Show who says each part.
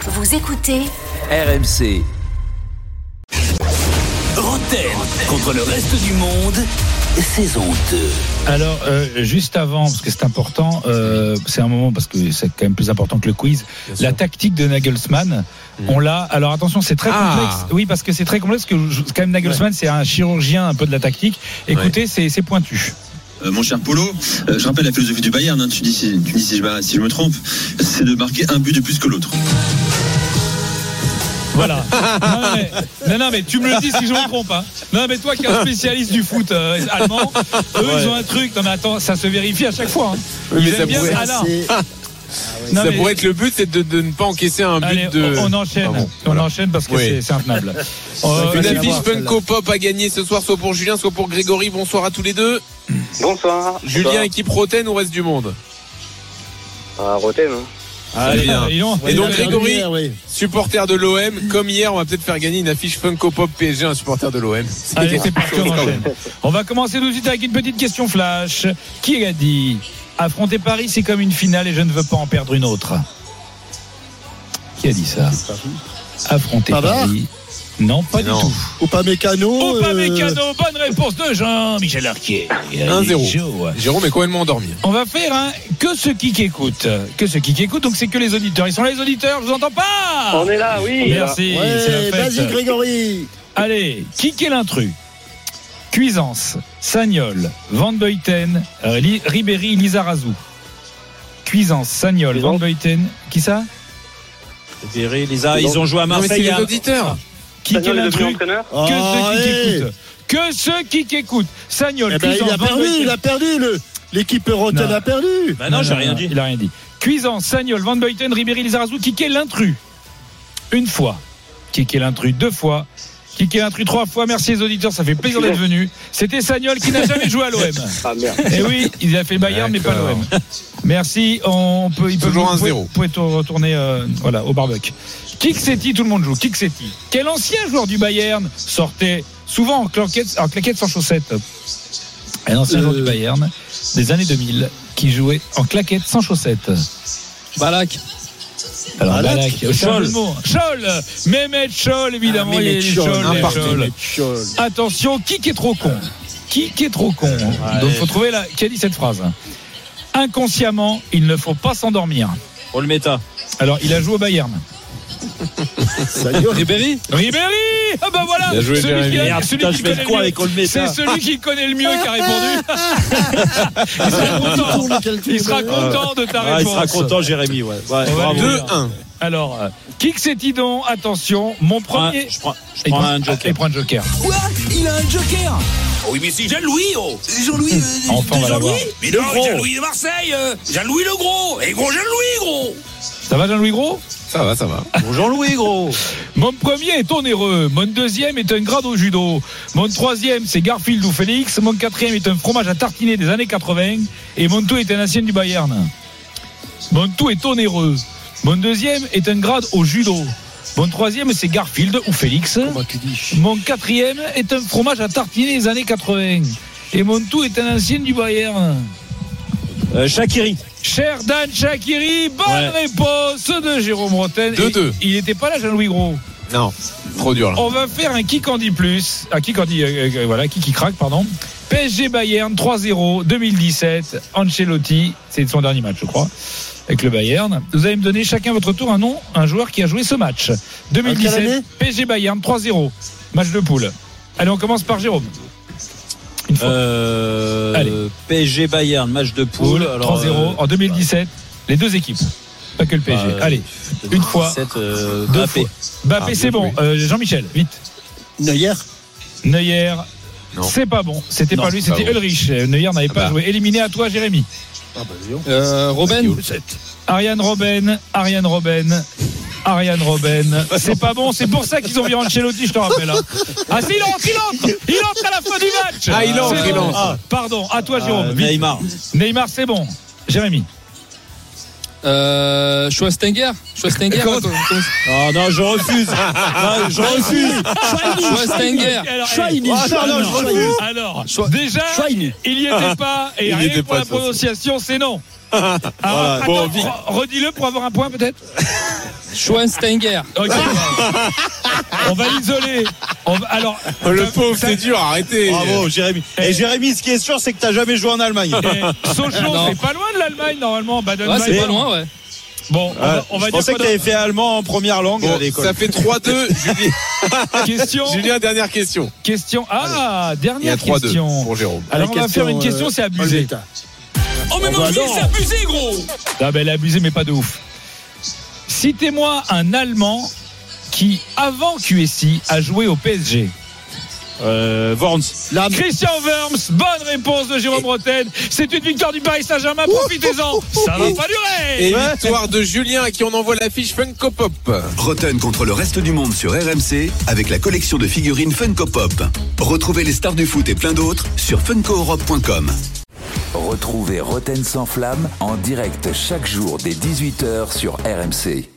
Speaker 1: Vous écoutez
Speaker 2: RMC. Rotten contre le reste du monde, saison 2.
Speaker 3: Alors, euh, juste avant, parce que c'est important, euh, c'est un moment parce que c'est quand même plus important que le quiz. La tactique de Nagelsmann, on l'a. Alors attention, c'est très
Speaker 4: Mm. Ah.
Speaker 3: complexe. Oui, parce que c'est très complexe. Parce que je- quand même Nagelsmann, c'est un chirurgien un peu de la tactique. Écoutez, c'est- c'est pointu.
Speaker 5: Euh, mon cher Polo, euh, je rappelle la philosophie du Bayern, hein, tu dis, si, tu dis si, je, me- si je me trompe, c'est de marquer un but de plus que l'autre.
Speaker 3: Voilà. non, mais, non, non, mais tu me le dis si je me trompe. Hein. Non, mais toi qui es un spécialiste du foot euh, allemand, eux ils ont un truc. Non, mais attends, ça se vérifie à chaque fois. hein.
Speaker 4: Oui, mais
Speaker 3: Ils
Speaker 4: ça
Speaker 3: aiment bien
Speaker 4: pourrait-
Speaker 3: Salah. Non,
Speaker 4: Ça
Speaker 3: mais-
Speaker 4: pourrait être le but, c'est de, de ne pas encaisser un but
Speaker 3: Allez,
Speaker 4: de.
Speaker 3: on on enchaîne.
Speaker 4: Ah bon,
Speaker 3: on
Speaker 4: voilà.
Speaker 3: enchaîne parce que
Speaker 4: Oui.
Speaker 3: c'est- c'est intenable. Euh,
Speaker 4: Une
Speaker 3: c'est-
Speaker 4: affiche Funko Pop à gagner ce soir, soit pour Julien, soit pour Grégory. Bonsoir à tous les deux.
Speaker 6: Bonsoir.
Speaker 4: Julien, équipe Roten ou reste du monde
Speaker 6: Ah, Rotem. hein.
Speaker 4: Allez, bien.
Speaker 3: Et donc,
Speaker 4: Et donc,
Speaker 3: euh,
Speaker 4: Grégory, supporter de l'OM, comme hier, on va peut-être faire gagner une affiche Funko Pop PSG à un supporter de l'OM.
Speaker 3: Allez, c'est parti, on enchaîne. On va commencer tout de suite avec une petite question flash. Qui a dit Affronter Paris, c'est comme une finale et je ne veux pas en perdre une autre Qui a dit ça Affronter
Speaker 7: Pavard
Speaker 3: Paris Non, pas
Speaker 4: Non.
Speaker 3: du tout.
Speaker 7: Ou pas mécano.
Speaker 3: Opa
Speaker 7: euh,
Speaker 3: Mécano, bonne réponse de Jean-Michel Arquier.
Speaker 4: 1-0.
Speaker 3: Chaud.
Speaker 4: Jérôme est complètement endormi.
Speaker 3: On va faire un que ceux qui écoutent. Que ceux qui écoutent, donc c'est que les auditeurs. Ils sont là, les auditeurs, je vous entends pas
Speaker 7: Oh,
Speaker 6: On est là, oui.
Speaker 3: Ah. Merci, c'est
Speaker 7: Ouais,
Speaker 3: la fête.
Speaker 7: vas-y Grégory.
Speaker 3: Allez, qui est l'intrus Cuisance, Sagnol, Van Beuten, euh, Li- Ribéry, Lizarazu. Cuisance, Sagnol, Van Beuten, qui ça
Speaker 6: Ah, ils ont joué.
Speaker 4: À Marseille, c'est les auditeurs.
Speaker 3: Qui est l'intrus Que
Speaker 6: entraîneur.
Speaker 7: Oh,
Speaker 3: ceux qui
Speaker 7: hey.
Speaker 3: écoutent. Que ceux qui écoutent. Sagnol,
Speaker 7: Eh ben,
Speaker 3: Cuisance,
Speaker 7: il a
Speaker 3: Van
Speaker 7: perdu,
Speaker 3: Beuten.
Speaker 7: il a perdu le. L'équipe Rotten
Speaker 3: Non.
Speaker 7: a perdu.
Speaker 8: Bah
Speaker 3: Ah non, j'ai rien dit. Il a rien dit. Cuisance, Sagnol, Van Beuten, Ribéry, Lizarazu, qui est l'intrus Une fois. Qui est l'intrus Deux fois. Qui est l'intrus Trois fois. Merci les auditeurs, ça fait plaisir d'être venus. C'était Sagnol qui n'a jamais joué à l'OM.
Speaker 6: Ah, merde.
Speaker 3: Eh oui, il a fait Bayern, mais pas
Speaker 4: D'accord.
Speaker 3: l'OM. Merci. On peut, il peut
Speaker 4: Toujours
Speaker 3: vous pouvez-
Speaker 4: 1-0.
Speaker 3: Vous pouvez tout retourner euh, voilà, au barbecue. Kiksetti, tout le monde joue. Kiksetti. Quel ancien joueur du Bayern sortait souvent en claquettes, en claquettes sans chaussettes Un ancien joueur du Bayern des années 2000 qui jouait en claquettes sans chaussettes.
Speaker 4: Balak.
Speaker 3: Alors,
Speaker 7: Balak.
Speaker 3: Balak, c'est un jeu de mots. Scholl. Mehmet Scholl, évidemment. il est Scholl, Mehmet Scholl. Attention, qui qui est trop con Qui qui est trop con hein Donc faut trouver la... qui a dit cette phrase. hein. Inconsciemment, il ne faut pas s'endormir.
Speaker 8: On le méta.
Speaker 3: Alors, il a joué au Bayern. Ribéry Ah bah voilà
Speaker 4: Bien joué,
Speaker 3: Celui
Speaker 4: Jérémy.
Speaker 3: qui, a-
Speaker 8: Merde,
Speaker 3: celui
Speaker 8: putain,
Speaker 3: qui
Speaker 8: je vais
Speaker 3: connaît
Speaker 8: le croire
Speaker 3: le
Speaker 8: avec
Speaker 3: mieux.
Speaker 8: Olmeta.
Speaker 3: C'est celui qui connaît le mieux qui a répondu. il sera content. Il sera content de ta
Speaker 8: Ah, il
Speaker 3: réponse.
Speaker 8: sera content, Jérémy. Ouais. Ouais, bravo.
Speaker 3: Deux.
Speaker 4: 2-1.
Speaker 3: Alors, euh, qui que c'est Tidon Attention, mon
Speaker 8: Je prends un-
Speaker 3: premier.
Speaker 8: Je prends, je
Speaker 3: Il
Speaker 8: prends
Speaker 3: prend-
Speaker 8: un
Speaker 3: ah, il
Speaker 8: joker.
Speaker 3: prend un joker.
Speaker 2: Quoi Il a un joker Oui, mais c'est Jean-Louis, oh Jean-Louis euh,
Speaker 3: Enfin, on
Speaker 2: de
Speaker 3: va
Speaker 2: Jean-Louis
Speaker 3: l'avoir.
Speaker 2: Mais non, Jean-Louis de Marseille euh, Jean-Louis le gros Et gros Jean-Louis, gros
Speaker 3: Ça va, Jean-Louis Gros
Speaker 4: Ça va, ça va.
Speaker 8: Bonjour Louis, gros.
Speaker 3: Mon premier est onéreux. Mon deuxième est un grade au judo. Mon troisième, c'est Garfield ou Félix. Mon quatrième est un fromage à tartiner des années 80. Et mon tout est un ancien du Bayern. Mon tout est onéreux. Mon deuxième est un grade au judo. Mon troisième, c'est Garfield ou Félix. Mon quatrième est un fromage à tartiner des années 80. Et mon tout est un ancien du Bayern.
Speaker 8: Euh, Shakiri.
Speaker 3: Cher Dan Chakiri, bonne
Speaker 8: Ouais.
Speaker 3: réponse de Jérôme Rotten.
Speaker 4: Deux,
Speaker 3: Et
Speaker 4: deux.
Speaker 3: Il n'était pas là, Jean-Louis Gros.
Speaker 4: Non, trop dur là.
Speaker 3: On va faire un qui en dit plus. Un qui en dit, euh, euh, voilà, qui qui craque, pardon. PSG Bayern 3-0 2017. Ancelotti, c'est son dernier match, je crois, avec le Bayern. Vous allez me donner chacun votre tour un nom, un joueur qui a joué ce match.
Speaker 7: En quelle
Speaker 3: 2017,
Speaker 7: année
Speaker 3: PSG Bayern 3-0. Match de poule. Allez, on commence par Jérôme. Une fois.
Speaker 8: Euh,
Speaker 3: Allez.
Speaker 8: PSG Bayern, match de poule.
Speaker 3: poule,
Speaker 8: Alors,
Speaker 3: 3-0
Speaker 8: euh,
Speaker 3: en 2017. Les deux équipes. Pas que le PSG.
Speaker 8: euh,
Speaker 3: Allez, une fois.
Speaker 8: sept, euh,
Speaker 3: Deux
Speaker 8: Mbappé.
Speaker 3: Bappé,
Speaker 4: Ah,
Speaker 3: c'est
Speaker 4: bien
Speaker 3: bon. Euh, Jean-Michel, vite.
Speaker 7: Neuer.
Speaker 3: Neuer,
Speaker 4: Non.
Speaker 3: c'est pas bon. C'était
Speaker 8: Non,
Speaker 3: pas lui,
Speaker 4: c'est pas
Speaker 3: c'était
Speaker 4: bon.
Speaker 3: Ulrich. Euh, Neuer n'avait pas
Speaker 4: Ah bah. Euh,
Speaker 3: joué. Éliminé à toi, Jérémy.
Speaker 4: Robin.
Speaker 3: Ariane Robben, Ariane Robben. Ariane Robben, c'est pas bon, c'est pour ça qu'ils ont viré Ancelotti, je te rappelle. hein. Ah si, il entre, il entre Il entre à la fin du match
Speaker 4: Ah, il entre,
Speaker 3: C'est
Speaker 4: il
Speaker 3: bon.
Speaker 4: entre.
Speaker 3: Ah, Pardon, à toi, Jérôme.
Speaker 8: Euh,
Speaker 3: Vite.
Speaker 8: Neymar.
Speaker 3: Neymar, c'est bon. Jérémy.
Speaker 9: Euh, Schwestinger Schwestinger
Speaker 3: Comment-
Speaker 8: Oh non, je refuse. Non, je refuse.
Speaker 9: Schwestinger
Speaker 3: Alors, eh,
Speaker 7: Schweini,
Speaker 8: Ah, non, non, je
Speaker 7: Schweini,
Speaker 8: refuse.
Speaker 3: Alors,
Speaker 7: Schwa-
Speaker 3: déjà,
Speaker 7: Schweini.
Speaker 3: il n'y était pas, et
Speaker 4: Il
Speaker 3: rien
Speaker 4: n'y était
Speaker 3: que pour
Speaker 4: pas,
Speaker 3: la
Speaker 4: ça, c'est-
Speaker 3: prononciation, c'est non. Alors,
Speaker 8: Voilà.
Speaker 3: attends,
Speaker 8: Bon,
Speaker 3: re- redis-le pour avoir un point, peut-être
Speaker 9: Schweinsteiger.
Speaker 3: Ok. on va l'isoler. On va- Alors, euh,
Speaker 4: Le
Speaker 3: t'as-
Speaker 4: pauvre,
Speaker 3: t'as-
Speaker 4: c'est dur, arrêtez.
Speaker 8: Bravo, Jérémy. Et Jérémy, ce qui est sûr, c'est que t'as jamais joué en Allemagne.
Speaker 3: eh, Sochaux,
Speaker 9: Non.
Speaker 3: c'est pas loin de l'Allemagne normalement.
Speaker 9: Ouais, c'est
Speaker 3: Baden-Baden.
Speaker 9: pas loin, ouais.
Speaker 3: bon, on
Speaker 8: Ouais,
Speaker 3: va, on va
Speaker 8: je
Speaker 3: dire
Speaker 8: pensais
Speaker 3: quoi
Speaker 8: que t'avais fait allemand en première langue
Speaker 4: Bon,
Speaker 8: à l'école.
Speaker 4: ça fait 3-2. Julien,
Speaker 3: d'autre question,
Speaker 4: Julien, dernière question.
Speaker 3: question. Ah,
Speaker 4: Il y a
Speaker 3: dernière
Speaker 4: 3-2
Speaker 3: question.
Speaker 4: pour Jérôme.
Speaker 3: Alors on va
Speaker 7: question,
Speaker 3: faire une question,
Speaker 7: euh,
Speaker 3: c'est abusé.
Speaker 7: Pauletta.
Speaker 2: Oh, mais non,
Speaker 3: Oh, bah
Speaker 2: Gilles,
Speaker 3: non.
Speaker 2: c'est abusé, gros.
Speaker 3: Ah ben elle a abusé mais pas de ouf. Citez-moi un Allemand qui avant QSI a joué au PSG.
Speaker 8: Euh, Worms.
Speaker 7: L'âme.
Speaker 3: Christian Worms, bonne réponse de Jérôme Roten. C'est une victoire du Paris Saint-Germain, profitez-en. Ça va pas durer.
Speaker 4: Et victoire de Julien à qui on envoie l'affiche Funko Pop.
Speaker 1: Rotten contre le reste du monde sur RMC avec la collection de figurines Funko Pop. Retrouvez les stars du foot et plein d'autres sur funkoeurope.com.
Speaker 10: Retrouvez Roten sans flamme en direct chaque jour dès 18h sur RMC.